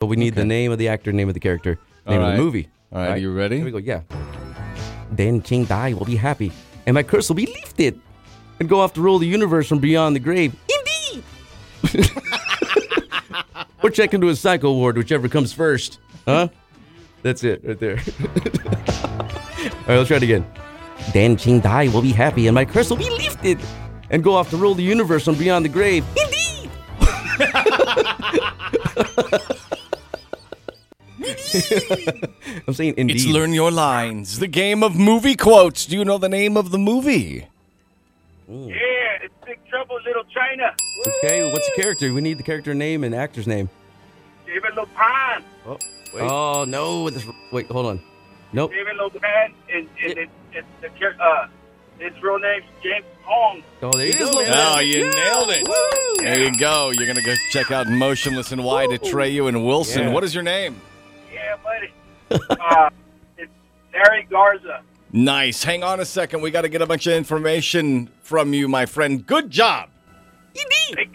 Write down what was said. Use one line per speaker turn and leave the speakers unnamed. But we need the
Okay.
name of the actor, name of the character,
All
name of
right.
the movie.
All right,
All right.
you ready?
Here we go. Yeah. Then King Dai will be happy, and my curse will be lifted, and go off to rule the universe from beyond the grave. Indeed. or check into a psycho ward, whichever comes first. Huh? That's it, right there. All right, let's try it again. Then King Dai will be happy, and my curse will be lifted, and go off to rule the universe from beyond the grave. Indeed. I'm saying indeed.
It's Learn Your Lines, the game of movie quotes. Do you know the name of the movie?
Yeah, it's Big Trouble, in Little China.
Okay, what's the character? We need the character name and actor's name.
David Lopan.
Oh, oh no! This, wait, hold on. Nope.
David Lopan, and, and it, it, the, char- uh, his real name's James Hong.
Oh, there you
is
go.
Lopan. Oh, you nailed it. There you go. You're going to go check out Motionless and Why to Treyu and Wilson.
Yeah.
What is your name?
Yeah, buddy. uh, it's Larry Garza.
Nice. Hang on a second. We got to get a bunch of information from you, my friend. Good job.